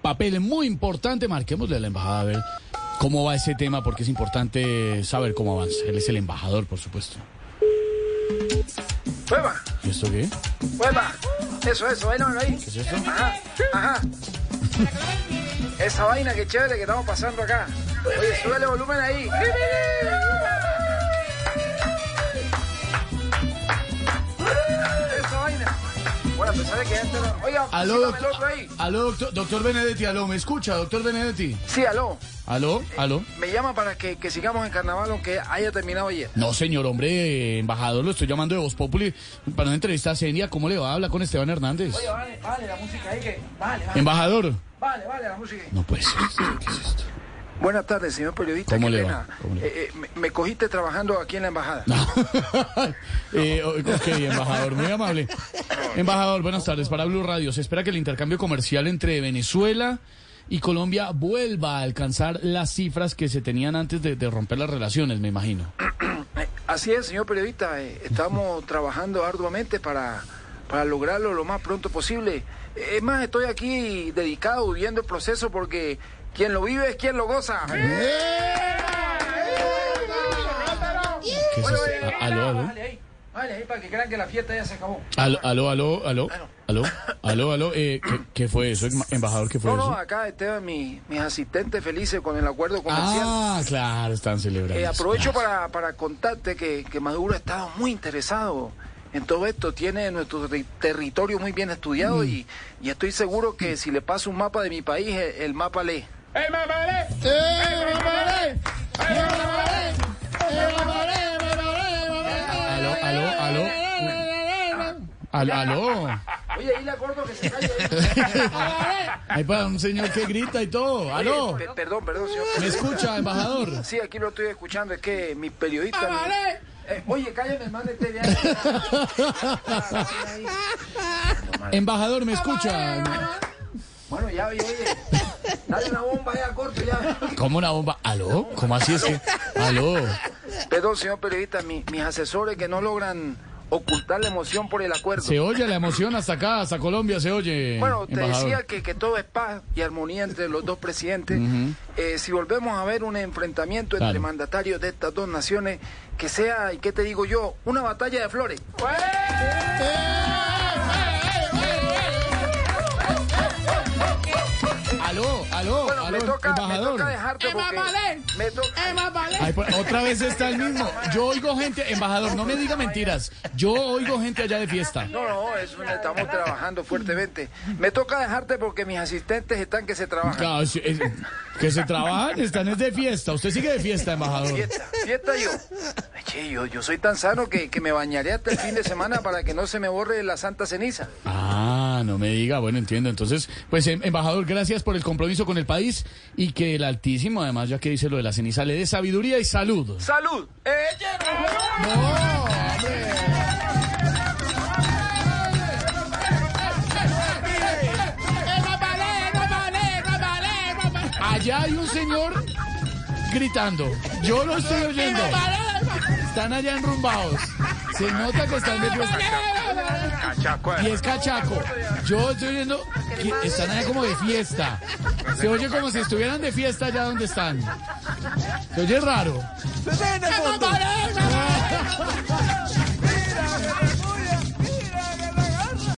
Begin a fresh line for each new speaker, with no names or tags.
papel muy importante. Marquémosle a la embajada a ver cómo va ese tema, porque es importante saber cómo avanza. Él es el embajador, por supuesto.
¡Hueva!
¿Y esto qué?
¡Hueva! Eso, eso, bailan ahí.
¿Qué es esto?
Ajá, ajá. Esa vaina que chévere que estamos pasando acá. Oye, súbele volumen ahí. Esa vaina. Bueno, a pesar de que gente no- Oiga,
Aló,
sígame el otro
doctor,
ahí.
aló, doctor, doctor Benedetti, aló, ¿me escucha, doctor Benedetti?
Sí, aló.
Aló, aló.
Me llama para que, que sigamos en carnaval aunque haya terminado ayer.
No, señor, hombre, eh, embajador, lo estoy llamando de Voz Populi para una entrevista seria. ¿Cómo le va a hablar con Esteban Hernández?
Oye, vale, vale, la música ahí que. Vale,
Em-
vale.
Embajador.
Vale, vale, la música ahí.
No puede ser, ¿qué es esto?
Buenas tardes, señor periodista.
¿Cómo
qué
le va?
pena.
¿Cómo le va?
Eh, eh, me, me cogiste trabajando aquí en la embajada.
Eh, ok, embajador, muy amable. Embajador, buenas tardes. Para Blue Radio, se espera que el intercambio comercial entre Venezuela y Colombia vuelva a alcanzar las cifras que se tenían antes de, de romper las relaciones, me imagino.
Eh, Así es, señor periodista. eh, Estamos trabajando arduamente para, para lograrlo lo más pronto posible. Eh, Es más, estoy aquí dedicado, viviendo el proceso, porque quien lo vive es quien lo goza.
¡Eh!
¡Eh!
¿Qué es
eh,
esto? A- Ah, Aló, aló.
Bájale ahí, bájale ahí para que crean que la fiesta ya se acabó.
Aló, aló, aló, aló, aló, aló, aló, eh, ¿qué, qué fue eso, em- embajador? ¿Qué fue
No, no,
eso?
acá Esteban, mi- mis asistentes felices con el acuerdo comercial.
Ah, claro, están celebrando.
Eh, aprovecho
Claro.
para, para contarte que, que Maduro ha estado muy interesado en todo esto, tiene nuestro terri- territorio muy bien estudiado y, y estoy seguro que si le paso un mapa de mi país, el, el mapa lee.
Aló, aló, aló. Aló, aló.
Oye, ahí le acuerdo que se calle.
Hay para un señor que grita y todo. Aló.
Eh, Pe- Perdón, perdón, señor.
¿Me escucha, embajador?
Sí, aquí lo estoy escuchando, es que mis periodistas... Eh, oye, cállame, hermano, este viaje. Ah,
Embajador, ¿me escucha?
Bueno, ya, oye, oye. Dale una bomba ya, corto ya.
¿Cómo una bomba? ¿Aló? ¿Cómo así es que? Aló.
Perdón, señor periodista, mi- mis asesores que no logran ocultar la emoción por el acuerdo.
Se oye la emoción hasta acá, hasta Colombia se oye.
Bueno, te decía
embajador.
que, que todo es paz y armonía entre los dos presidentes. Eh, si volvemos a ver un enfrentamiento entre
Claro.
mandatarios de estas dos naciones, que sea, ¿y qué te digo yo? Una batalla de flores.
Aló, aló,
Bueno,
aló,
me, toca, me
embajador.
toca dejarte porque... Me toca...
Ay, pues, otra vez está el mismo. Yo oigo gente, embajador, no me diga mentiras. Yo oigo gente allá de fiesta.
No, no, eso estamos trabajando fuertemente. Me toca dejarte porque mis asistentes están que se trabajan.
Claro, sí, es- que se trabajan, están es de fiesta. Usted sigue de fiesta, embajador.
Fiesta, fiesta yo. Ay, Che, yo, yo soy tan sano que, que me bañaré hasta el fin de semana para que no se me borre la santa ceniza.
Ah, no me diga. Bueno, entiendo. Entonces, pues, em- embajador, gracias por el compromiso con el país y que el Altísimo, además, ya que dice lo de la ceniza, le dé sabiduría y salud.
¡Salud! ¡Eh,
Allá hay un señor gritando. Yo lo estoy oyendo. Están allá enrumbados. Se nota que están de fiesta. Y es cachaco. Yo estoy oyendo que están allá como de fiesta. Se oye como si estuvieran de fiesta allá donde están. Se oye raro.